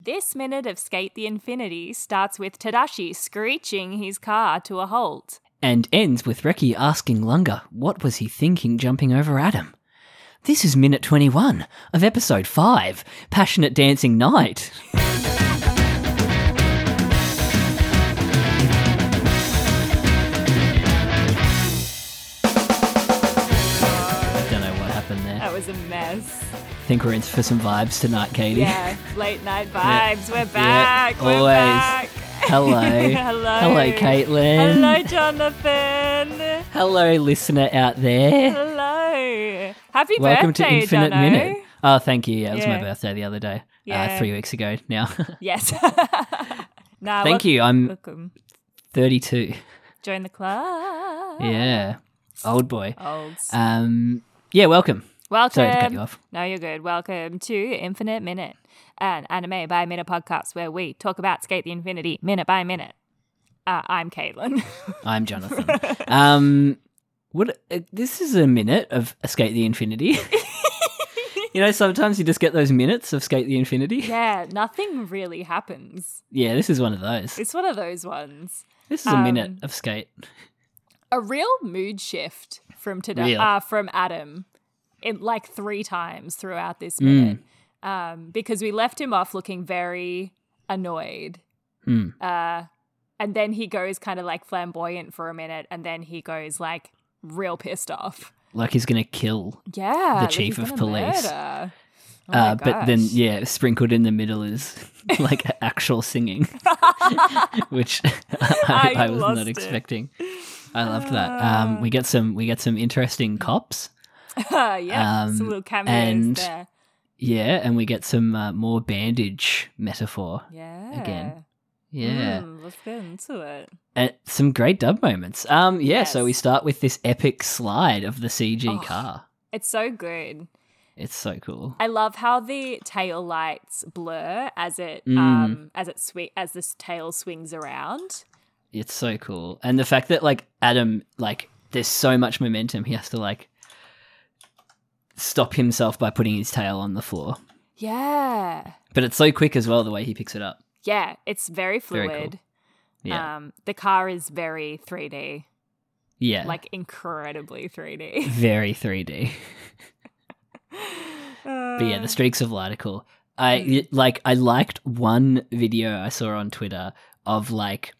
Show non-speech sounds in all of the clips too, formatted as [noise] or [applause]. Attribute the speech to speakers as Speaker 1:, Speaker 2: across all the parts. Speaker 1: This minute of Skate the Infinity starts with Tadashi screeching his car to a halt.
Speaker 2: and ends with Reki asking Lunga what was he thinking jumping over Adam. This is minute 21 of episode 5, Passionate Dancing Night. Don't know what happened there.
Speaker 1: That was a
Speaker 2: [laughs]
Speaker 1: mess.
Speaker 2: Think we're in for some vibes tonight, Katie.
Speaker 1: Yeah, [laughs] late night
Speaker 2: Yeah.
Speaker 1: vibes. We're back. We're
Speaker 2: always.
Speaker 1: back.
Speaker 2: [laughs] Hello.
Speaker 1: Hello.
Speaker 2: Hello, Caitlin.
Speaker 1: Hello, Jonathan.
Speaker 2: Hello, listener out there.
Speaker 1: Hello. Happy
Speaker 2: Welcome
Speaker 1: birthday,
Speaker 2: to Infinite
Speaker 1: Jono.
Speaker 2: Minute. Oh, thank you. Yeah, it was my
Speaker 1: Yeah.
Speaker 2: birthday the other day.
Speaker 1: Yeah.
Speaker 2: Uh, three weeks ago now. [laughs]
Speaker 1: Yes. [laughs] nah,
Speaker 2: thank
Speaker 1: wel-
Speaker 2: you. I'm
Speaker 1: Welcome.
Speaker 2: 32.
Speaker 1: Join the club.
Speaker 2: Yeah. Old boy.
Speaker 1: Olds.
Speaker 2: Um, yeah, welcome.
Speaker 1: Welcome.
Speaker 2: Sorry to cut you off.
Speaker 1: No, you're good. Welcome to Infinite Minute, an anime by minute podcast where we talk about Skate the Infinity minute by minute. Uh, I'm Caitlin. [laughs]
Speaker 2: I'm Jonathan. um, what? Uh, this is a minute of Escape the Infinity. [laughs] you know, sometimes you just get those minutes of Escape the Infinity. Yeah,
Speaker 1: yeah, nothing really happens.
Speaker 2: this is one of those.
Speaker 1: It's um, one of those ones.
Speaker 2: This is a minute of Skate.
Speaker 1: A real mood shift from today,
Speaker 2: Real.
Speaker 1: uh, from Adam, in like three times throughout this minute,
Speaker 2: Mm.
Speaker 1: um, because we left him off looking very annoyed.
Speaker 2: Hmm.
Speaker 1: Uh, and then he goes kind of like flamboyant for a minute, and then he goes like real pissed off.
Speaker 2: Like he's going to kill.
Speaker 1: Yeah, like
Speaker 2: chief
Speaker 1: he's
Speaker 2: of
Speaker 1: gonna
Speaker 2: police.
Speaker 1: murder. Oh my
Speaker 2: Uh, but then,
Speaker 1: gosh.
Speaker 2: yeah, sprinkled in the middle
Speaker 1: [laughs]
Speaker 2: is [laughs] like actual singing, which [laughs]
Speaker 1: I
Speaker 2: I, I, was
Speaker 1: lost
Speaker 2: not
Speaker 1: it. Uh.
Speaker 2: expecting. I loved that. Um, we get some we get some interesting cops.
Speaker 1: [laughs] yeah,
Speaker 2: um,
Speaker 1: some little cameos
Speaker 2: and-
Speaker 1: there.
Speaker 2: Yeah, and we get some uh, more bandage metaphor.
Speaker 1: Yeah,
Speaker 2: Yeah,
Speaker 1: Mm, let's get into it.
Speaker 2: and some great dub moments. Um, yeah. So
Speaker 1: Yes.
Speaker 2: we start with this epic slide of the CG
Speaker 1: Oh.
Speaker 2: car.
Speaker 1: It's so good.
Speaker 2: It's so cool.
Speaker 1: I love how the tail lights blur as it
Speaker 2: Mm.
Speaker 1: um as it swi- as this tail swings around.
Speaker 2: It's so cool, and the fact that like Adam, like there's so much momentum, he has to like stop himself by putting his tail on the floor.
Speaker 1: Yeah.
Speaker 2: But it's so quick as well, the way he picks it up.
Speaker 1: Yeah, it's very
Speaker 2: Very
Speaker 1: fluid.
Speaker 2: cool. Yeah,
Speaker 1: Um the car is very 3D.
Speaker 2: yeah,
Speaker 1: Like incredibly 3D.
Speaker 2: very 3D. [laughs] But
Speaker 1: Uh,
Speaker 2: yeah, the streaks of light are cool. I
Speaker 1: Mm.
Speaker 2: y- like. I liked one video I saw on Twitter of like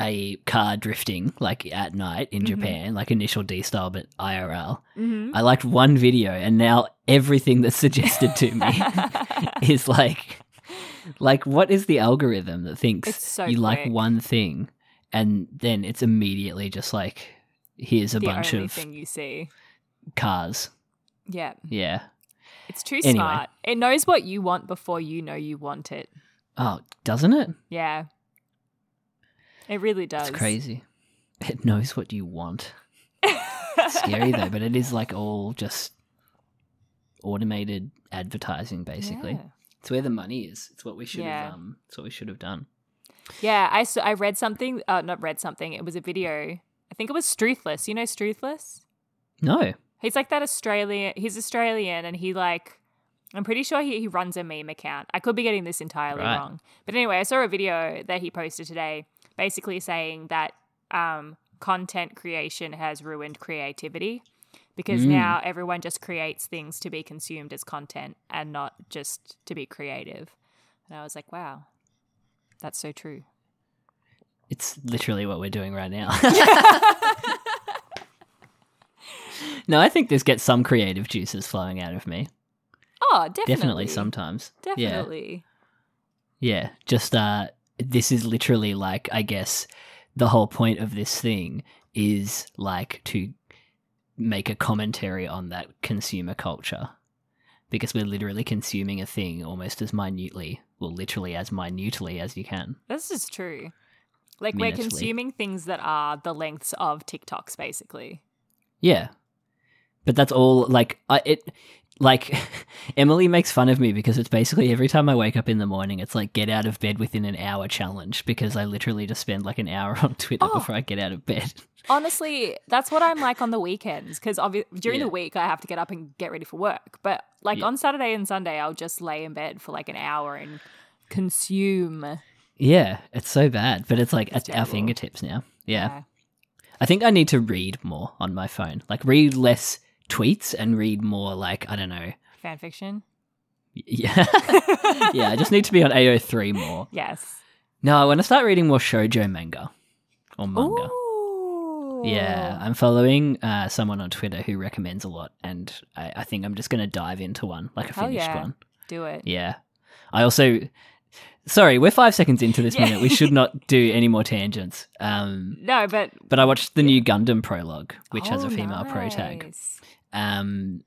Speaker 2: a car drifting like at night in
Speaker 1: Mhm.
Speaker 2: Japan, like initial D style, but IRL.
Speaker 1: Mhm.
Speaker 2: I liked one video, and now everything that's suggested to
Speaker 1: [laughs]
Speaker 2: me is like, like what is the algorithm that thinks
Speaker 1: It's so
Speaker 2: you like
Speaker 1: quick.
Speaker 2: one thing, and then it's immediately just like here's a
Speaker 1: the
Speaker 2: bunch
Speaker 1: only
Speaker 2: of
Speaker 1: thing you see.
Speaker 2: cars.
Speaker 1: Yeah.
Speaker 2: Yeah.
Speaker 1: It's too
Speaker 2: Anyway.
Speaker 1: smart. It knows what you want before you know you want it.
Speaker 2: Oh, doesn't it?
Speaker 1: Yeah. It really does. [laughs]
Speaker 2: It's crazy. It knows what you want. Scary though, but it is like all just automated advertising
Speaker 1: [laughs]
Speaker 2: basically.
Speaker 1: Yeah.
Speaker 2: It's where the money is. It's what we should
Speaker 1: Yeah.
Speaker 2: have um it's what we should have done.
Speaker 1: Yeah, I, s- I read something, uh, not read something, it was a video. I think it was Truthless. You know Truthless?
Speaker 2: No.
Speaker 1: He's like that Australian, he's Australian and he like, I'm pretty sure he, he runs a meme account. I could be getting this entirely
Speaker 2: Right.
Speaker 1: wrong. But anyway, I saw a video that he posted today basically saying that um, content creation has ruined creativity because
Speaker 2: Mm.
Speaker 1: now everyone just creates things to be consumed as content and not just to be creative. And I was like, wow, that's so true.
Speaker 2: It's literally what we're doing right now. [laughs]
Speaker 1: [laughs]
Speaker 2: Oh, no, I think this gets some creative juices flowing out of me.
Speaker 1: Oh, definitely.
Speaker 2: Definitely, sometimes. Yeah.
Speaker 1: Definitely.
Speaker 2: Yeah, just uh this is literally like I guess the whole point of this thing is like to make a commentary on that consumer culture because we're literally consuming a thing almost as minutely, well, literally as minutely as you can.
Speaker 1: This is true. Like
Speaker 2: Minutely.
Speaker 1: we're consuming things that are the lengths of TikToks, basically.
Speaker 2: Yeah, but that's all. Like I, it, like [laughs] Emily makes fun of me because it's basically every time I wake up in the morning, it's like get out of bed within an hour challenge because I literally just spend like an hour [laughs] on Twitter
Speaker 1: Oh.
Speaker 2: before I get out of bed. [laughs]
Speaker 1: Honestly, that's what I'm like on the weekends because obvi- during the
Speaker 2: Yeah.
Speaker 1: week I have to get up and get ready for work. But like
Speaker 2: Yeah.
Speaker 1: on Saturday and Sunday, I'll just lay in bed for like an hour and consume. uh,
Speaker 2: Yeah, it's so bad, but it's like
Speaker 1: It's
Speaker 2: at our
Speaker 1: terrible.
Speaker 2: fingertips now. yeah.
Speaker 1: Yeah.
Speaker 2: I think I need to read more on my phone. Like read less tweets and read more like I don't know. [laughs]
Speaker 1: fan fiction.
Speaker 2: Yeah. yeah, I just need to be on AO3 more.
Speaker 1: Yes.
Speaker 2: No, I want to start reading more shoujo manga or manga.
Speaker 1: Ooh.
Speaker 2: Yeah,
Speaker 1: Oh.
Speaker 2: I'm following uh, someone on Twitter who recommends a lot, and I, I think I'm just going to dive into one, like a
Speaker 1: Hell
Speaker 2: finished
Speaker 1: yeah.
Speaker 2: one.
Speaker 1: Do it.
Speaker 2: Yeah. I also. Sorry, we're five seconds into this
Speaker 1: Yeah.
Speaker 2: minute. We should
Speaker 1: [laughs]
Speaker 2: not do any more tangents. Um,
Speaker 1: No, but
Speaker 2: but I watched the new Gundam prologue, which has
Speaker 1: Oh,
Speaker 2: a female pro tag.
Speaker 1: nice.
Speaker 2: um,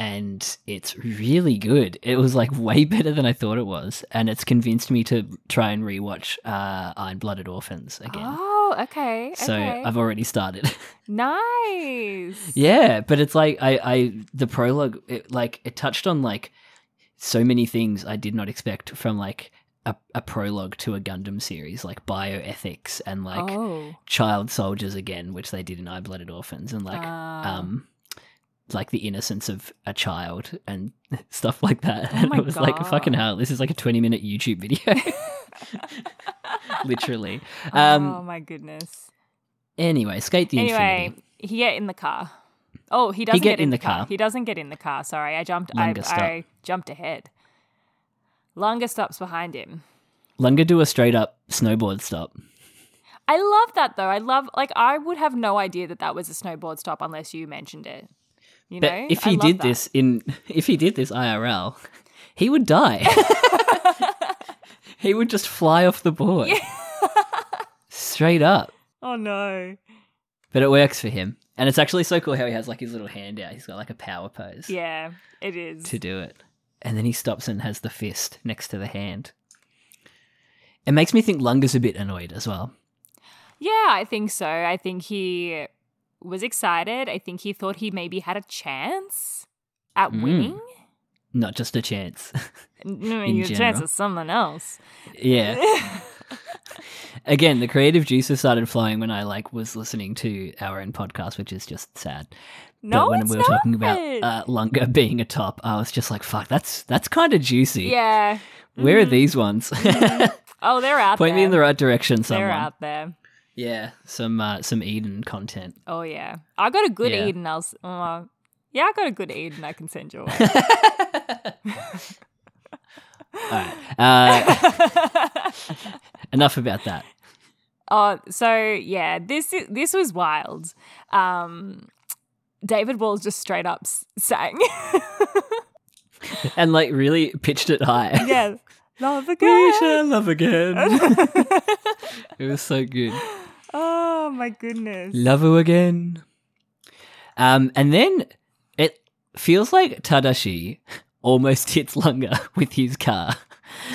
Speaker 2: and it's really good. It was like way [laughs] better than I thought it was, and it's convinced me to try and rewatch uh, Iron Blooded Orphans again.
Speaker 1: Oh, okay.
Speaker 2: So
Speaker 1: okay.
Speaker 2: I've already started. [laughs]
Speaker 1: nice.
Speaker 2: yeah, but it's like I, I the prologue, it, like it touched on like so many things I did not expect from like a, a prologue to a Gundam series, like bioethics and like
Speaker 1: oh.
Speaker 2: child soldiers again, which they did in Iron Blooded Orphans, and like
Speaker 1: Ah.
Speaker 2: um like the innocence of a child and [laughs] stuff like that.
Speaker 1: Oh
Speaker 2: and
Speaker 1: my
Speaker 2: [laughs] it was like fucking
Speaker 1: God.
Speaker 2: hell, this is like a twenty minute YouTube video.
Speaker 1: [laughs]
Speaker 2: Literally. Um
Speaker 1: oh my goodness.
Speaker 2: anyway, skate the
Speaker 1: Anyway,
Speaker 2: infinity.
Speaker 1: he get in the car. Oh, he doesn't
Speaker 2: get in the car.
Speaker 1: He doesn't get in the car. Sorry, I jumped. I,
Speaker 2: Lunga stop.
Speaker 1: I jumped ahead. Lunga stops behind him.
Speaker 2: Lunga do a straight up snowboard stop.
Speaker 1: I love that though. I love like I would have no idea that that was a snowboard stop unless you mentioned it. You
Speaker 2: But
Speaker 1: know,
Speaker 2: if
Speaker 1: I
Speaker 2: he
Speaker 1: love
Speaker 2: did
Speaker 1: that.
Speaker 2: this in [laughs] if he did this IRL, he would die.
Speaker 1: [laughs]
Speaker 2: he would just fly off the board. straight up.
Speaker 1: [laughs] oh no,
Speaker 2: But it works for him. And it's actually so cool how he has like his little hand out. He's got like a power pose.
Speaker 1: yeah, it is.
Speaker 2: to do it. And then he stops and has the fist next to the hand. It makes me think Lunga's a bit annoyed as well.
Speaker 1: Yeah, I think so. I think he was excited. I think he thought he maybe had a chance at
Speaker 2: Mm.
Speaker 1: winning.
Speaker 2: Not just a chance. [laughs]
Speaker 1: No,
Speaker 2: In
Speaker 1: your chance
Speaker 2: general.
Speaker 1: is something else.
Speaker 2: yeah.
Speaker 1: [laughs]
Speaker 2: Again, the creative juices started flowing when I like was listening to our own podcast, which is just sad.
Speaker 1: No,
Speaker 2: but when
Speaker 1: it's
Speaker 2: we were
Speaker 1: not.
Speaker 2: talking about uh, Lunga [laughs] being a top, I was just like, "Fuck, that's that's kind of juicy."
Speaker 1: yeah.
Speaker 2: Where are these ones?
Speaker 1: Oh, [laughs] they're out
Speaker 2: [laughs] Point
Speaker 1: there.
Speaker 2: me in the right direction,
Speaker 1: They're
Speaker 2: someone.
Speaker 1: out there.
Speaker 2: Yeah, some uh, some Eden content.
Speaker 1: Oh yeah, I got a good
Speaker 2: Yeah.
Speaker 1: Eden. I'll. s- Uh, yeah, I got a good Eden. I can send your way.
Speaker 2: [laughs]
Speaker 1: [laughs]
Speaker 2: Uh, [laughs] enough about that.
Speaker 1: Oh, so yeah, this i- this was wild. Um, David Walls just straight up s- sang.
Speaker 2: and like really pitched
Speaker 1: [laughs]
Speaker 2: it high. [laughs]
Speaker 1: yeah, love
Speaker 2: we
Speaker 1: again.
Speaker 2: shall
Speaker 1: [laughs]
Speaker 2: love again. it was so good.
Speaker 1: Oh my goodness.
Speaker 2: Love her again. Um, and then it feels like Tadashi almost hits Lunga [laughs] with his car.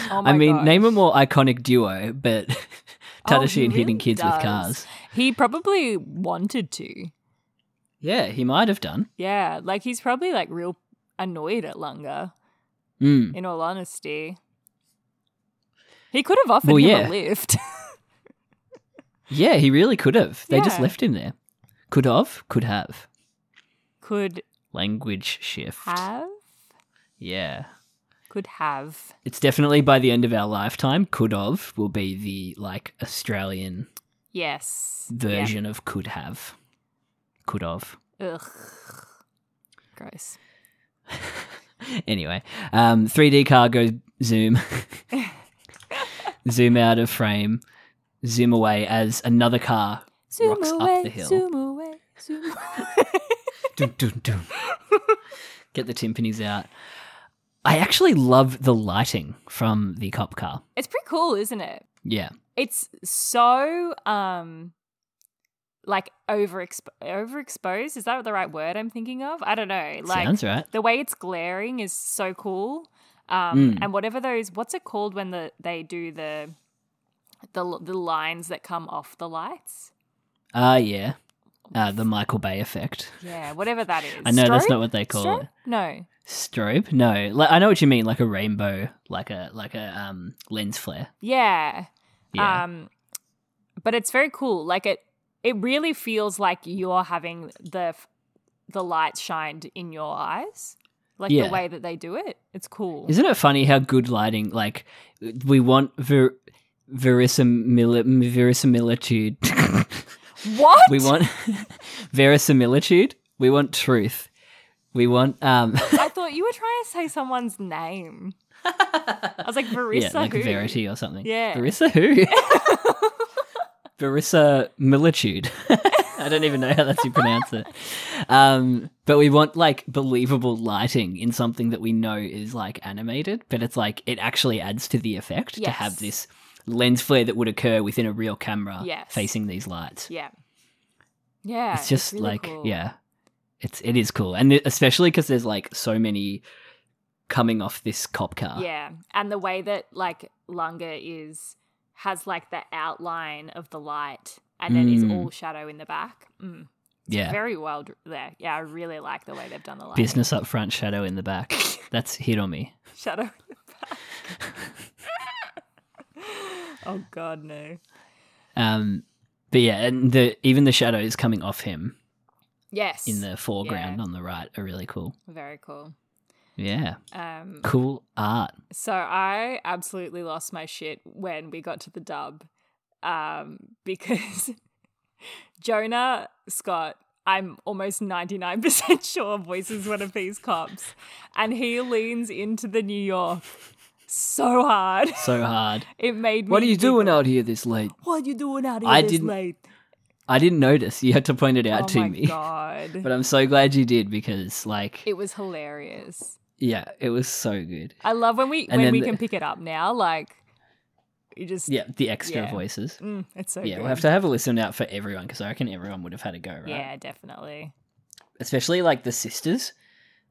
Speaker 1: Oh my
Speaker 2: I mean,
Speaker 1: gosh.
Speaker 2: name a more iconic duo, but [laughs]
Speaker 1: Oh,
Speaker 2: Tadashi
Speaker 1: he
Speaker 2: and hitting
Speaker 1: really
Speaker 2: kids
Speaker 1: does.
Speaker 2: with cars.
Speaker 1: He probably wanted to.
Speaker 2: Yeah, he might have done.
Speaker 1: Yeah, like he's probably like real annoyed at Lunga.
Speaker 2: Mm.
Speaker 1: In all honesty, he could have offered
Speaker 2: Well,
Speaker 1: him
Speaker 2: yeah.
Speaker 1: a lift. [laughs]
Speaker 2: Yeah, he really could have. They just
Speaker 1: Yeah.
Speaker 2: left him there. Could have, could have.
Speaker 1: could
Speaker 2: Language shift.
Speaker 1: have.
Speaker 2: Yeah.
Speaker 1: Could have.
Speaker 2: It's definitely by the end of our lifetime. Could have will be the like Australian
Speaker 1: Yes. Yeah.
Speaker 2: version of could have. Could have.
Speaker 1: Ugh. Gross.
Speaker 2: Anyway, um, 3D cargo
Speaker 1: [laughs]
Speaker 2: zoom, [laughs] zoom out of frame, zoom away as another car
Speaker 1: Zoom
Speaker 2: rocks
Speaker 1: away,
Speaker 2: up the hill.
Speaker 1: zoom away, zoom [laughs] away.
Speaker 2: Dun, dun, dun. Get the timpanis out. I actually love the lighting from the cop car.
Speaker 1: it's pretty cool, isn't it?
Speaker 2: Yeah,
Speaker 1: It's so um like overexp- overexposed. Is that the right word I'm thinking of? I don't know. Like
Speaker 2: Sounds right.
Speaker 1: the way it's glaring is so cool. Um,
Speaker 2: Mm.
Speaker 1: And whatever those, what's it called when the they do the the l- the lines that come off the lights?
Speaker 2: Ah, yeah. Uh, the Michael Bay effect.
Speaker 1: Yeah, whatever that is.
Speaker 2: I know that's
Speaker 1: Strobe?
Speaker 2: not what they call
Speaker 1: Strobe?
Speaker 2: it.
Speaker 1: No.
Speaker 2: Strobe? No, like, I know what you mean. Like a rainbow, like a like a um lens flare.
Speaker 1: Yeah.
Speaker 2: Yeah.
Speaker 1: Um, but it's very cool. Like it, it really feels like you're having the f- the light shined in your eyes, like
Speaker 2: Yeah.
Speaker 1: the way that they do it. It's cool.
Speaker 2: Isn't it funny how good lighting? Like we want ver- verisimili- verisimilitude. [laughs]
Speaker 1: what?
Speaker 2: we want [laughs] verisimilitude. We want truth. We want um [laughs]
Speaker 1: I thought you were trying to say someone's name. I was like Barissa.
Speaker 2: yeah, like
Speaker 1: who?
Speaker 2: verity or something.
Speaker 1: Yeah.
Speaker 2: Verissa who? [laughs] Verissa Militude. [laughs] I don't even know how that's you pronounce it. Um, but we want like believable lighting in something that we know is like animated, but it's like it actually adds to the effect to
Speaker 1: Yes.
Speaker 2: have this lens flare that would occur within a real camera
Speaker 1: Yes.
Speaker 2: facing these lights.
Speaker 1: Yeah. Yeah.
Speaker 2: it's just
Speaker 1: really
Speaker 2: like
Speaker 1: cool.
Speaker 2: yeah. It's it is cool. And it- especially cuz there's like so many coming off this cop car.
Speaker 1: Yeah. And the way that like Lunga is has like the outline of the light and then is
Speaker 2: Mm.
Speaker 1: all shadow in the back. Mm.
Speaker 2: Yeah.
Speaker 1: Very well dr- there. Yeah, I really like the way they've done the light. [laughs]
Speaker 2: Business up front, shadow in the back. That's hit on me.
Speaker 1: Shadow in the back. [laughs] oh god, no.
Speaker 2: Um, but yeah, and the even the shadows coming off him
Speaker 1: Yes.
Speaker 2: in the foreground
Speaker 1: Yeah.
Speaker 2: on the right are really cool.
Speaker 1: Very cool.
Speaker 2: Yeah,
Speaker 1: Um
Speaker 2: cool art.
Speaker 1: So I absolutely lost my shit when we got to the dub um, [laughs] because Jonah Scott, I'm almost 99% [laughs] sure voices one of these cops, and he leans into the New York so hard.
Speaker 2: So hard.
Speaker 1: It made me.
Speaker 2: what are you
Speaker 1: giggle.
Speaker 2: doing out here this late?
Speaker 1: What are you doing out here
Speaker 2: I
Speaker 1: this
Speaker 2: didn't-
Speaker 1: late?
Speaker 2: I didn't notice. You had to point it out
Speaker 1: oh
Speaker 2: to
Speaker 1: my
Speaker 2: me.
Speaker 1: god.
Speaker 2: [laughs] But I'm so glad you did because, like,
Speaker 1: It was hilarious.
Speaker 2: yeah, it was so good.
Speaker 1: I love when we
Speaker 2: And
Speaker 1: when
Speaker 2: then
Speaker 1: we
Speaker 2: the-
Speaker 1: can pick it up now. Like, you just
Speaker 2: Yeah, the extra
Speaker 1: Yeah.
Speaker 2: voices.
Speaker 1: Mm, it's so
Speaker 2: Yeah,
Speaker 1: good.
Speaker 2: we'll have to have a listen out for everyone because I reckon everyone would have had a go, right?
Speaker 1: Yeah, definitely.
Speaker 2: Especially like the sisters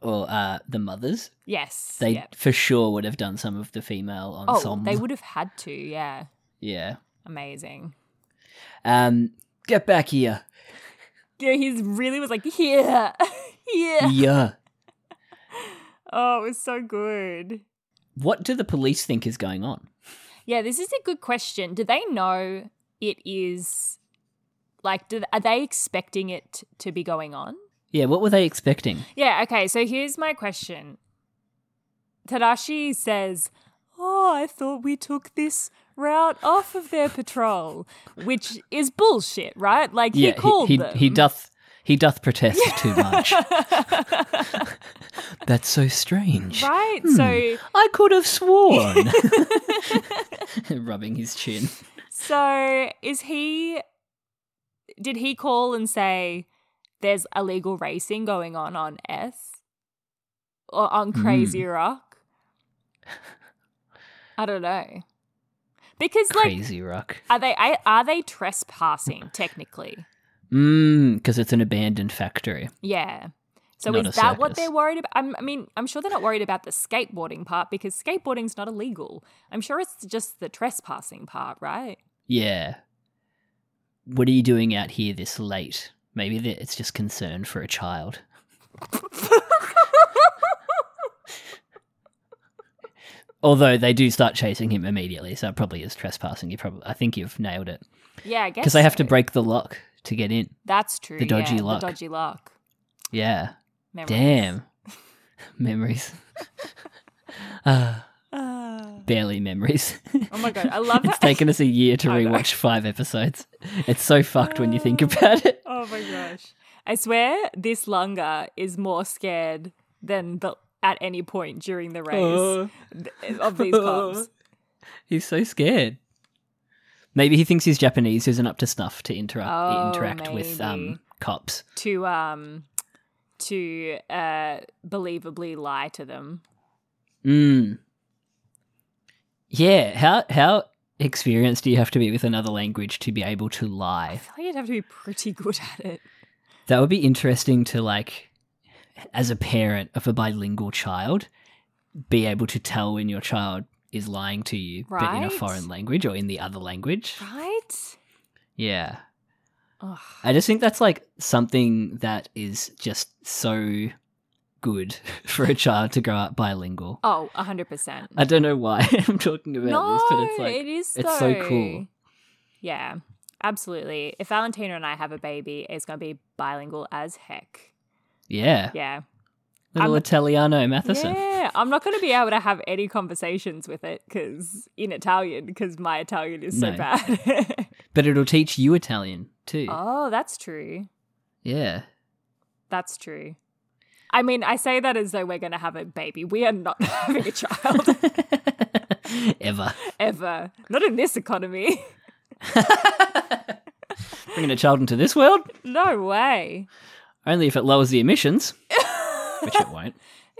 Speaker 2: or uh, the mothers.
Speaker 1: Yes.
Speaker 2: They
Speaker 1: yeah.
Speaker 2: for sure would have done some of the female
Speaker 1: Oh,
Speaker 2: ensemble.
Speaker 1: they would have had to. Yeah.
Speaker 2: Yeah.
Speaker 1: Amazing.
Speaker 2: Um, get back here.
Speaker 1: Yeah, he really was like, yeah, [laughs] yeah.
Speaker 2: yeah.
Speaker 1: Oh, it was so good.
Speaker 2: What do the police think is going on?
Speaker 1: Yeah, this is a good question. Do they know it is like? Do are they expecting it to be going on?
Speaker 2: Yeah, what were they expecting?
Speaker 1: Yeah. Okay. So here's my question. Tadashi says, "Oh, I thought we took this." Route off of their patrol, which is bullshit, right? Like he
Speaker 2: yeah,
Speaker 1: called
Speaker 2: he,
Speaker 1: them.
Speaker 2: he [laughs] doth he doth protest too much. That's so
Speaker 1: [laughs]
Speaker 2: strange.
Speaker 1: right?
Speaker 2: Hmm,
Speaker 1: So
Speaker 2: I could have sworn.
Speaker 1: [laughs]
Speaker 2: [laughs] Rubbing his chin.
Speaker 1: so is he did he call and say there's illegal racing going on on S or on Crazy
Speaker 2: Hmm.
Speaker 1: Rock? I don't know. Because like
Speaker 2: Crazy rock.
Speaker 1: are they I- are they trespassing technically?
Speaker 2: Mmm, because it's an abandoned factory.
Speaker 1: Yeah. So
Speaker 2: Not
Speaker 1: is
Speaker 2: a
Speaker 1: that what
Speaker 2: circus.
Speaker 1: they're worried about? I'm, I mean, I'm sure they're not worried about the skateboarding part because skateboarding's not illegal. I'm sure it's just the trespassing part, right? [laughs]
Speaker 2: Yeah. What are you doing out here this late? Maybe that it's just concern for a child. Although they do start chasing him immediately, so it probably is trespassing. You probably, I think you've nailed it
Speaker 1: Yeah, I guess
Speaker 2: because they have to
Speaker 1: so.
Speaker 2: break the lock to get in.
Speaker 1: That's true.
Speaker 2: the dodgy
Speaker 1: yeah,
Speaker 2: lock.
Speaker 1: The dodgy lock.
Speaker 2: Yeah,
Speaker 1: Memories.
Speaker 2: damn [laughs] memories. [sighs] Ah,
Speaker 1: Ah.
Speaker 2: barely memories. [laughs]
Speaker 1: oh my god, I love
Speaker 2: it's
Speaker 1: that. [laughs]
Speaker 2: taken us a year to
Speaker 1: I know.
Speaker 2: rewatch five episodes. It's so fucked when you think
Speaker 1: [laughs]
Speaker 2: about it.
Speaker 1: oh my gosh, I swear this Lunga is more scared than the at any point during the race
Speaker 2: Oh.
Speaker 1: th- eh, of these
Speaker 2: [laughs]
Speaker 1: cops.
Speaker 2: He's so scared. Maybe he thinks he's Japanese, who isn't up to snuff to interact
Speaker 1: Oh,
Speaker 2: interact with
Speaker 1: maybe.
Speaker 2: um, cops.
Speaker 1: to um to uh believably lie to them.
Speaker 2: Mm. Hmm. Yeah. How how experience do you have to be with another language to be able to
Speaker 1: I
Speaker 2: lie?
Speaker 1: feel like you'd have to be pretty good at it.
Speaker 2: That would be interesting to like as a parent of a bilingual child be able to tell when your child is lying to you but in a
Speaker 1: Right?
Speaker 2: foreign language or in the other language.
Speaker 1: Right?
Speaker 2: Yeah.
Speaker 1: Ugh.
Speaker 2: I just think that's like something that is just so good [laughs] for a child to grow up bilingual.
Speaker 1: Oh, 100%.
Speaker 2: I don't know why [laughs] I'm talking about
Speaker 1: no,
Speaker 2: this, but it's like
Speaker 1: it is
Speaker 2: it's so
Speaker 1: though.
Speaker 2: cool.
Speaker 1: Yeah, absolutely. If Valentina and I have a baby, it's going to be bilingual as heck.
Speaker 2: yeah,
Speaker 1: Yeah.
Speaker 2: little
Speaker 1: I'm-
Speaker 2: Italiano Matheson.
Speaker 1: Yeah, I'm not going to be able to have any conversations with it because in Italian, because my Italian is so
Speaker 2: No.
Speaker 1: bad. [laughs]
Speaker 2: But it'll teach you Italian too.
Speaker 1: oh, that's true.
Speaker 2: Yeah.
Speaker 1: That's true. I mean, I say that as though we're going to have a baby. We are not [laughs] having a
Speaker 2: [laughs]
Speaker 1: child
Speaker 2: Ever. [laughs]
Speaker 1: ever. Not in this economy. [laughs]
Speaker 2: Bringing a child into this world?
Speaker 1: No way.
Speaker 2: Only if it lowers the emissions, which it won't,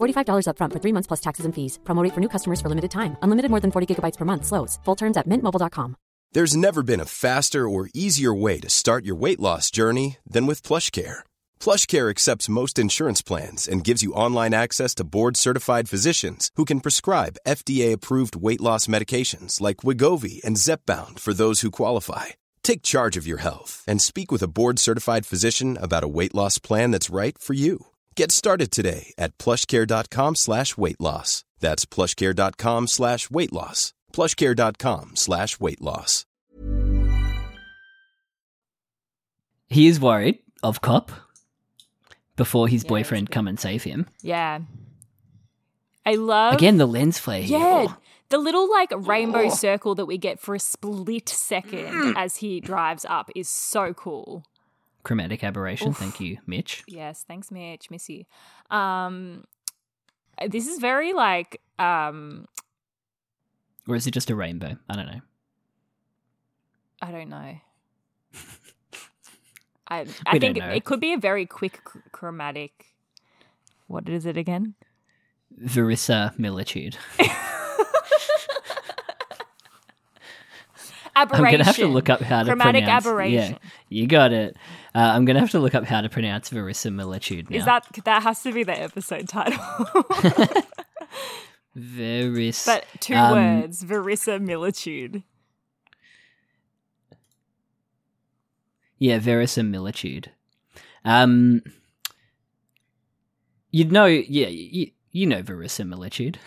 Speaker 3: $45 upfront for three months plus taxes and fees. Promo rate for new customers for limited time. Unlimited more than 40 gigabytes per month. Slows. Full terms at mintmobile.com.
Speaker 4: There's never been a faster or easier way to start your weight loss journey than with PlushCare. PlushCare accepts most insurance plans and gives you online access to board-certified physicians who can prescribe FDA-approved weight loss medications like Wigovi and Zepbound for those who qualify. Take charge of your health and speak with a board-certified physician about a weight loss plan that's right for you. Get started today at plushcare.com slash weight loss. That's plushcare.com slash weight loss. plushcare.com slash weight loss.
Speaker 2: He is worried of Cop before
Speaker 1: Yeah,
Speaker 2: his
Speaker 1: that's
Speaker 2: boyfriend
Speaker 1: good.
Speaker 2: come and save him.
Speaker 1: Yeah. I love.
Speaker 2: Again, the lens flare. here. Oh,
Speaker 1: Yeah. The little like rainbow circle that we get for a split
Speaker 2: Mm.
Speaker 1: second as he drives up is so cool.
Speaker 2: Chromatic aberration. Thank you, Mitch.
Speaker 1: Yes, thanks, Mitch. Miss you. Um, this is very like um,
Speaker 2: Or is it just a rainbow? I don't know.
Speaker 1: I don't know. I I
Speaker 2: We don't
Speaker 1: think it,
Speaker 2: know.
Speaker 1: it could be a very quick cr- chromatic. What is it again?
Speaker 2: Verissa Militude. [laughs]
Speaker 1: Aberration.
Speaker 2: I'm gonna have to look up how to
Speaker 1: chromatic
Speaker 2: pronounce.
Speaker 1: aberration.
Speaker 2: Yeah, you got it. Uh, I'm gonna have to look up how to pronounce verisimilitude now.
Speaker 1: Is that that has to be the episode
Speaker 2: [laughs]
Speaker 1: title?
Speaker 2: veris?
Speaker 1: But two
Speaker 2: um,
Speaker 1: words, verisimilitude.
Speaker 2: Yeah, verisimilitude. Um, you'd know. Yeah, you, you
Speaker 1: [laughs]
Speaker 2: know verisimilitude.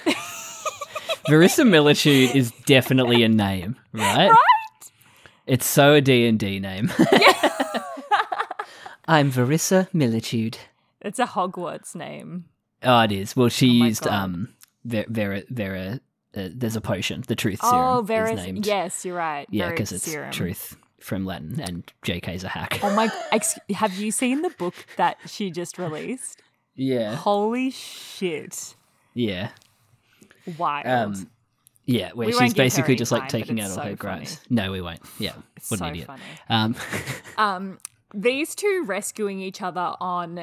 Speaker 2: verisimilitude is definitely a name, right? Right. It's so a D and D name. [laughs] I'm Verissa Militude.
Speaker 1: It's a Hogwarts name.
Speaker 2: Oh, it is. Well, she
Speaker 1: Oh my
Speaker 2: used
Speaker 1: God.
Speaker 2: um Vera Vera. Vera uh, there's a potion, the truth serum.
Speaker 1: Oh,
Speaker 2: is named.
Speaker 1: Veris. Yes, you're right.
Speaker 2: yeah,
Speaker 1: Veris
Speaker 2: because it's
Speaker 1: serum.
Speaker 2: truth from Latin, and JK's a hack.
Speaker 1: um, Oh my! Ex- have you seen the book that she just released?
Speaker 2: yeah,
Speaker 1: Holy shit!
Speaker 2: yeah,
Speaker 1: Wild.
Speaker 2: um, yeah. Where
Speaker 1: We won't
Speaker 2: she's
Speaker 1: give her
Speaker 2: basically
Speaker 1: any
Speaker 2: just like
Speaker 1: time, but
Speaker 2: taking out
Speaker 1: it's
Speaker 2: all
Speaker 1: so
Speaker 2: her gripes. No, we won't. Yeah,
Speaker 1: It's
Speaker 2: what
Speaker 1: so
Speaker 2: an idiot.
Speaker 1: funny.
Speaker 2: Um, [laughs]
Speaker 1: Um, these two rescuing each other on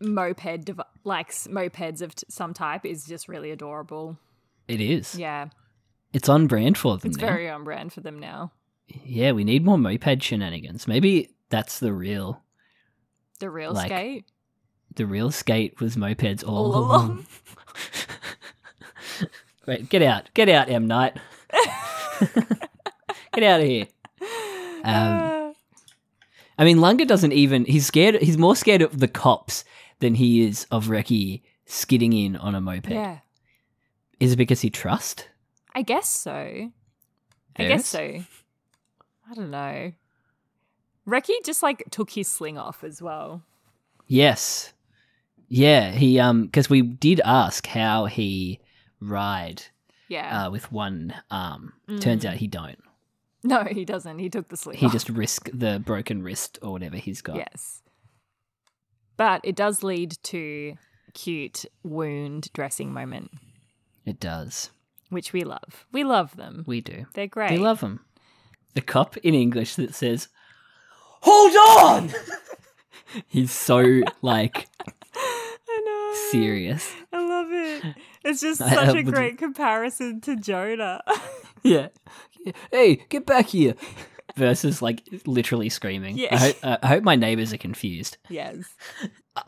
Speaker 1: moped, dev- like s- mopeds of t- some type, is just really adorable.
Speaker 2: it is.
Speaker 1: Yeah,
Speaker 2: It's on brand for them
Speaker 1: it's
Speaker 2: now.
Speaker 1: very on brand for them now.
Speaker 2: Yeah, we need more moped shenanigans. Maybe that's the real.
Speaker 1: The real
Speaker 2: Like,
Speaker 1: skate.
Speaker 2: The real skate was mopeds all,
Speaker 1: All
Speaker 2: along.
Speaker 1: along.
Speaker 2: [laughs] Wait, get out, get out, M Knight. [laughs] get out of here. Um,
Speaker 1: Uh,
Speaker 2: I mean, Lunga doesn't even. He's scared. He's more scared of the cops than he is of Reki skidding in on a moped.
Speaker 1: [gasps] yeah,
Speaker 2: Is it because he trusts?
Speaker 1: I guess so. I guess so. I don't know. Reki just like took his sling off as well.
Speaker 2: Yes. Yeah. He um because we did ask how he ride
Speaker 1: Yeah.
Speaker 2: uh, with one arm. Turns out um, he don't.
Speaker 1: [laughs] No, he doesn't. He took the sleeve.
Speaker 2: He
Speaker 1: off.
Speaker 2: just risk the broken wrist or whatever he's got.
Speaker 1: Yes. But it does lead to cute wound dressing moment,
Speaker 2: It does.
Speaker 1: which we love. We love them.
Speaker 2: We do.
Speaker 1: They're great.
Speaker 2: We love them. The cop in English that says,
Speaker 5: Hold on!
Speaker 2: [laughs] he's so, like,
Speaker 1: I know.
Speaker 2: serious.
Speaker 1: I love it. It's just
Speaker 2: [laughs] I-
Speaker 1: such
Speaker 2: I
Speaker 1: a
Speaker 2: would-
Speaker 1: great comparison to Jonah. [laughs]
Speaker 2: Yeah. Hey, get back here. Versus, like, literally screaming.
Speaker 1: Yeah.
Speaker 2: I, hope, uh, I hope my neighbors are confused.
Speaker 1: yes.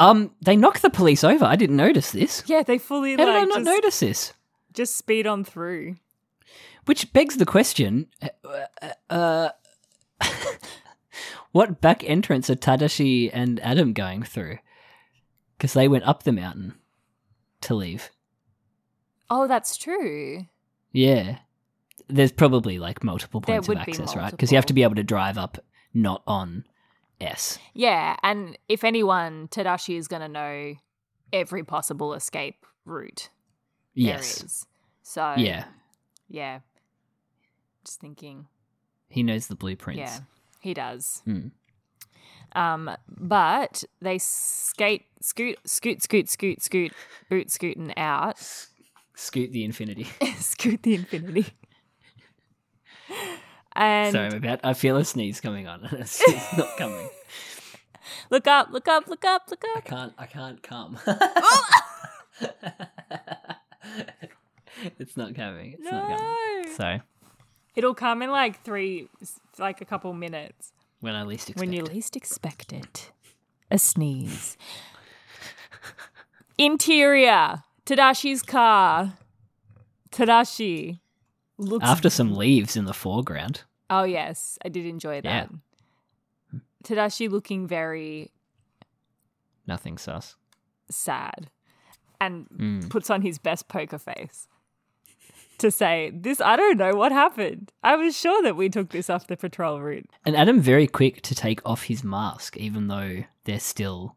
Speaker 2: Um, they knock the police over. I didn't notice this.
Speaker 1: Yeah, they fully
Speaker 2: How
Speaker 1: like
Speaker 2: did I not
Speaker 1: just,
Speaker 2: notice this?
Speaker 1: just speed on through.
Speaker 2: Which begs the question: uh, uh, [laughs] What back entrance are Tadashi and Adam going through? Because they went up the mountain to leave.
Speaker 1: Oh, that's true.
Speaker 2: Yeah, there's probably like multiple
Speaker 1: There
Speaker 2: points
Speaker 1: would
Speaker 2: of
Speaker 1: be
Speaker 2: access, right? Because you have to be able to drive up, not on S.
Speaker 1: Yeah, and if anyone, Tadashi is going to know every possible escape route there
Speaker 2: Yes.
Speaker 1: is. So
Speaker 2: Yeah,
Speaker 1: yeah. Just thinking.
Speaker 2: he knows the blueprints.
Speaker 1: Yeah, he does.
Speaker 2: Hmm.
Speaker 1: Um, but they skate, scoot, scoot, scoot, scoot, scoot, boot scooting out, [laughs]
Speaker 2: Scoot the infinity. [laughs]
Speaker 1: scoot the infinity. And
Speaker 2: Sorry, I'm about. I feel a sneeze coming on. [laughs] it's
Speaker 1: [laughs]
Speaker 2: it's not coming.
Speaker 1: look up, look up, look up, look
Speaker 2: I
Speaker 1: up.
Speaker 2: can't. I can't come. [laughs] it's not coming. It's not
Speaker 1: No.
Speaker 2: coming. So
Speaker 1: It'll come in like three, like a couple minutes
Speaker 2: when I least expect
Speaker 1: when you
Speaker 2: it.
Speaker 1: least expect it. A sneeze. [laughs] Interior. Tadashi's car. Tadashi looks
Speaker 2: after some leaves in the foreground.
Speaker 1: Oh yes, I did enjoy
Speaker 2: Yeah.
Speaker 1: that. Tadashi looking very
Speaker 2: Nothing sus.
Speaker 1: sad and
Speaker 2: Mm.
Speaker 1: puts on his best poker face to say, "This I don't know what happened. I was sure that we took this off the patrol route."
Speaker 2: And Adam very quick to take off his mask, even though they're still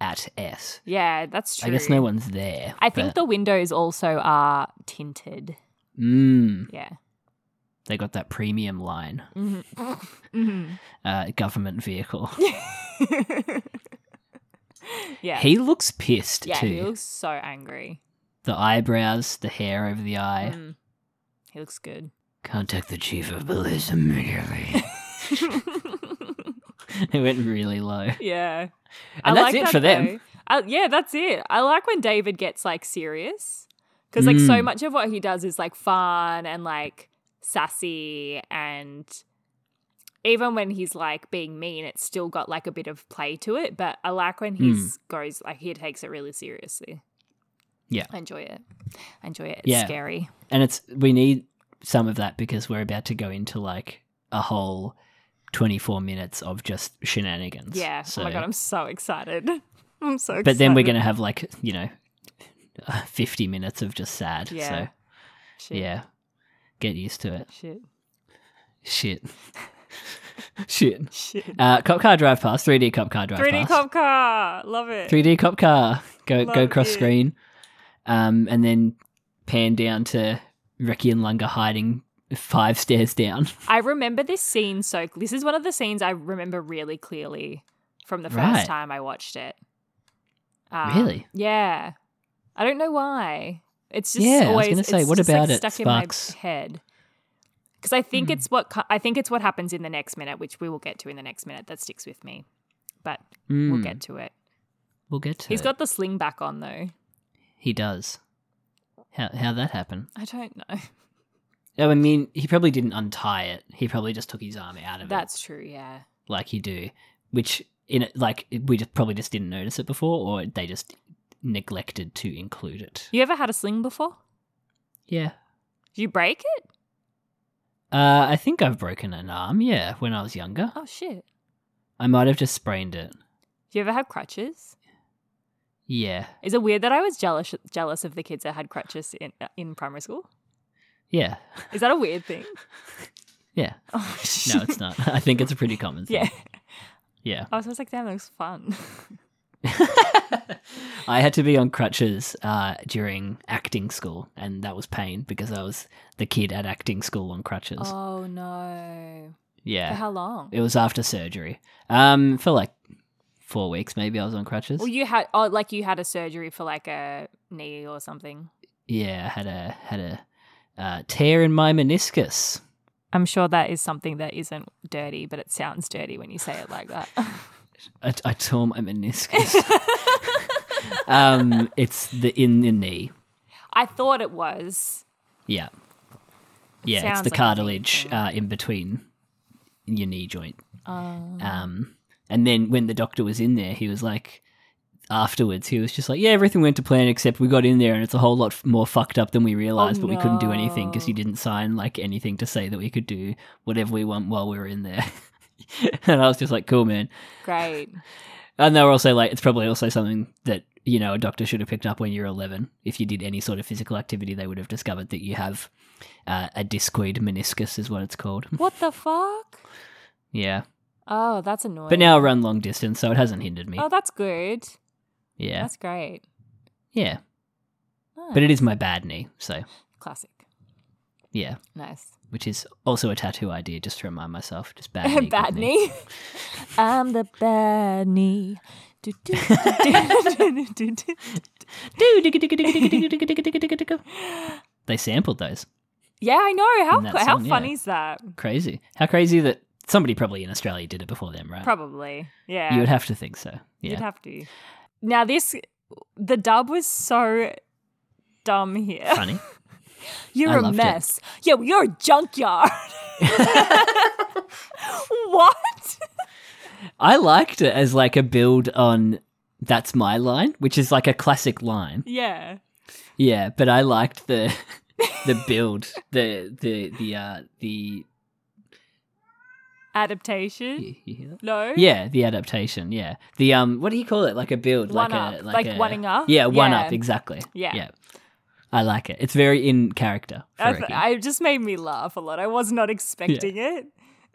Speaker 2: at S.
Speaker 1: Yeah, that's true.
Speaker 2: I guess no one's there.
Speaker 1: I think the windows also are tinted.
Speaker 2: the mm,
Speaker 1: Yeah.
Speaker 2: they got that premium line,
Speaker 1: Mm-hmm.
Speaker 2: uh, government vehicle.
Speaker 1: [laughs] Yeah.
Speaker 2: He looks pissed
Speaker 1: yeah,
Speaker 2: too.
Speaker 1: he looks so angry.
Speaker 2: the eyebrows, the hair over the eye.
Speaker 1: Mm. He looks good. [laughs]
Speaker 2: Contact the chief of police immediately. [laughs] it went really low.
Speaker 1: Yeah.
Speaker 2: And that's it for them.
Speaker 1: though. Uh, yeah, that's it. I like when David gets like serious because like so
Speaker 2: Mm.
Speaker 1: much of what he does is like fun and like sassy and even when he's like being mean, it's still got like a bit of play to it. But I like when
Speaker 2: Hmm.
Speaker 1: he goes like he takes it really seriously.
Speaker 2: Yeah.
Speaker 1: I enjoy it. I enjoy it. It's
Speaker 2: Yeah.
Speaker 1: scary.
Speaker 2: And it's we need some of that because we're about to go into like a whole 24 minutes of just shenanigans.
Speaker 1: Yeah.
Speaker 2: So,
Speaker 1: Oh my god, I'm so excited. [laughs] I'm so. excited.
Speaker 2: but then we're going to have like, you know, 50 minutes of just sad.
Speaker 1: Yeah.
Speaker 2: So,
Speaker 1: Shit.
Speaker 2: yeah. Get used to it.
Speaker 1: Shit.
Speaker 2: Shit. [laughs] Shit.
Speaker 1: Shit.
Speaker 2: Uh, cop car drive past, 3D cop car drive
Speaker 1: 3D
Speaker 2: past.
Speaker 1: cop car. Love it.
Speaker 2: 3D cop car. Go go
Speaker 1: Love
Speaker 2: cross
Speaker 1: it.
Speaker 2: screen, um, and then pan down to Reki and Lunga hiding five stairs down.
Speaker 1: I remember this scene so this is one of the scenes I remember really clearly from the first
Speaker 2: Right.
Speaker 1: time I watched it. Um,
Speaker 2: Really?
Speaker 1: Yeah. I don't know why. It's just
Speaker 2: Yeah, I was
Speaker 1: always
Speaker 2: gonna say,
Speaker 1: it's
Speaker 2: what
Speaker 1: just, like,
Speaker 2: about it
Speaker 1: stuck
Speaker 2: sparks- Hmm.
Speaker 1: in my head. Cuz I think it's what co- I think it's what happens in the next minute, which we will get to in the next minute that sticks with me. But we'll
Speaker 2: Mm.
Speaker 1: get to it.
Speaker 2: We'll get to.
Speaker 1: He's
Speaker 2: it.
Speaker 1: got the sling back on though.
Speaker 2: He does. How how that happen?
Speaker 1: I don't [laughs] know.
Speaker 2: Oh, I mean, he probably didn't untie it. He probably just took his arm out of
Speaker 1: That's true, yeah.
Speaker 2: it, like you do. Which in it, like we just probably just didn't notice it before, or they just neglected to include it.
Speaker 1: You ever had a sling before?
Speaker 2: Yeah.
Speaker 1: Did you break it?
Speaker 2: Uh, I think I've broken an arm. Yeah, when I was younger,
Speaker 1: Oh shit.
Speaker 2: I might have just sprained it.
Speaker 1: Do you ever have crutches?
Speaker 2: Yeah.
Speaker 1: Is it weird that I was jealous jealous of the kids that had crutches in in primary school?
Speaker 2: Yeah.
Speaker 1: Is that a weird
Speaker 2: [laughs]
Speaker 1: thing?
Speaker 2: Yeah.
Speaker 1: Oh,
Speaker 2: No, it's not. [laughs] I think it's a pretty common thing.
Speaker 1: yeah.
Speaker 2: Yeah. [laughs]
Speaker 1: I was always like, damn, that looks fun.
Speaker 2: I had to be on crutches uh, during acting school, and that was pain because I was the kid at acting school on crutches.
Speaker 1: Oh no. For
Speaker 2: yeah,
Speaker 1: how long?
Speaker 2: it was after surgery. Um, for like four weeks, maybe I was on crutches.
Speaker 1: Well, you had oh, like you had a surgery for like a knee or something.
Speaker 2: yeah, I had a had a uh, tear in my meniscus.
Speaker 1: I'm sure that is something that isn't dirty, but it sounds dirty when you say it like [laughs] that.
Speaker 2: I, I tore my
Speaker 1: [laughs]
Speaker 2: meniscus. [laughs] um, it's the in the knee.
Speaker 1: I thought it was.
Speaker 2: Yeah, yeah.
Speaker 1: Sounds like a
Speaker 2: it's the
Speaker 1: knee
Speaker 2: cartilage uh, in between your knee joint.
Speaker 1: Oh.
Speaker 2: Um, and then when the doctor was in there, he was like, afterwards, he was just like, yeah, everything went to plan except we got in there and it's a whole lot f- more fucked up than we realized, but we couldn't do anything because you didn't sign like anything to say that we could do whatever we want while we were in there. [laughs] and I was just like, cool, man.
Speaker 1: Great.
Speaker 2: And they were also like, it's probably also something that, you know, a doctor should have picked up when you're 11. If you did any sort of physical activity, they would have discovered that you have uh, a discoid meniscus, is what it's called.
Speaker 1: [laughs] What the fuck?
Speaker 2: yeah.
Speaker 1: Oh, that's annoying.
Speaker 2: But now I run long distance, so it hasn't hindered me.
Speaker 1: Oh, that's good.
Speaker 2: yeah.
Speaker 1: That's great.
Speaker 2: Yeah. But it is my bad knee, so
Speaker 1: Classic.
Speaker 2: yeah.
Speaker 1: Nice.
Speaker 2: Which is also a tattoo idea, just to remind myself. Just bad knee.
Speaker 1: [laughs]
Speaker 2: good
Speaker 1: bad
Speaker 2: [laughs]
Speaker 1: knee. I'm the bad knee. Do, do,
Speaker 2: [laughs]
Speaker 1: do, do, do, do, do.
Speaker 2: They sampled those.
Speaker 1: Yeah, I know. How
Speaker 2: In that
Speaker 1: co- how
Speaker 2: song, yeah.
Speaker 1: funny is that?
Speaker 2: Crazy. How crazy that somebody probably in Australia did it before them, right?
Speaker 1: Probably. Yeah.
Speaker 2: Uh, You would have to think so. Yeah.
Speaker 1: You'd have to. Now this the dub was so dumb here.
Speaker 2: Funny.
Speaker 1: [laughs]
Speaker 2: [laughs]
Speaker 1: You're
Speaker 2: I
Speaker 1: a
Speaker 2: loved it.
Speaker 1: mess. Yeah, well, you're a
Speaker 2: [laughs]
Speaker 1: junkyard. [laughs] what?
Speaker 2: I liked it as like a build on that's my line, which is like a classic line.
Speaker 1: Yeah.
Speaker 2: Yeah, but I liked the [laughs] the build, the the the uh the
Speaker 1: Adaptation?
Speaker 2: you, you hear that?
Speaker 1: No?
Speaker 2: Yeah, the adaptation. Yeah, the um, what do you call it? Like a build, like
Speaker 1: One-up,
Speaker 2: a
Speaker 1: like
Speaker 2: a-
Speaker 1: one-ing up?
Speaker 2: Yeah, one
Speaker 1: Yeah.
Speaker 2: up. Exactly.
Speaker 1: Yeah.
Speaker 2: yeah. I like it. It's very in character. For
Speaker 1: I th-
Speaker 2: Ricky.
Speaker 1: I just made me laugh a lot. I was not expecting it.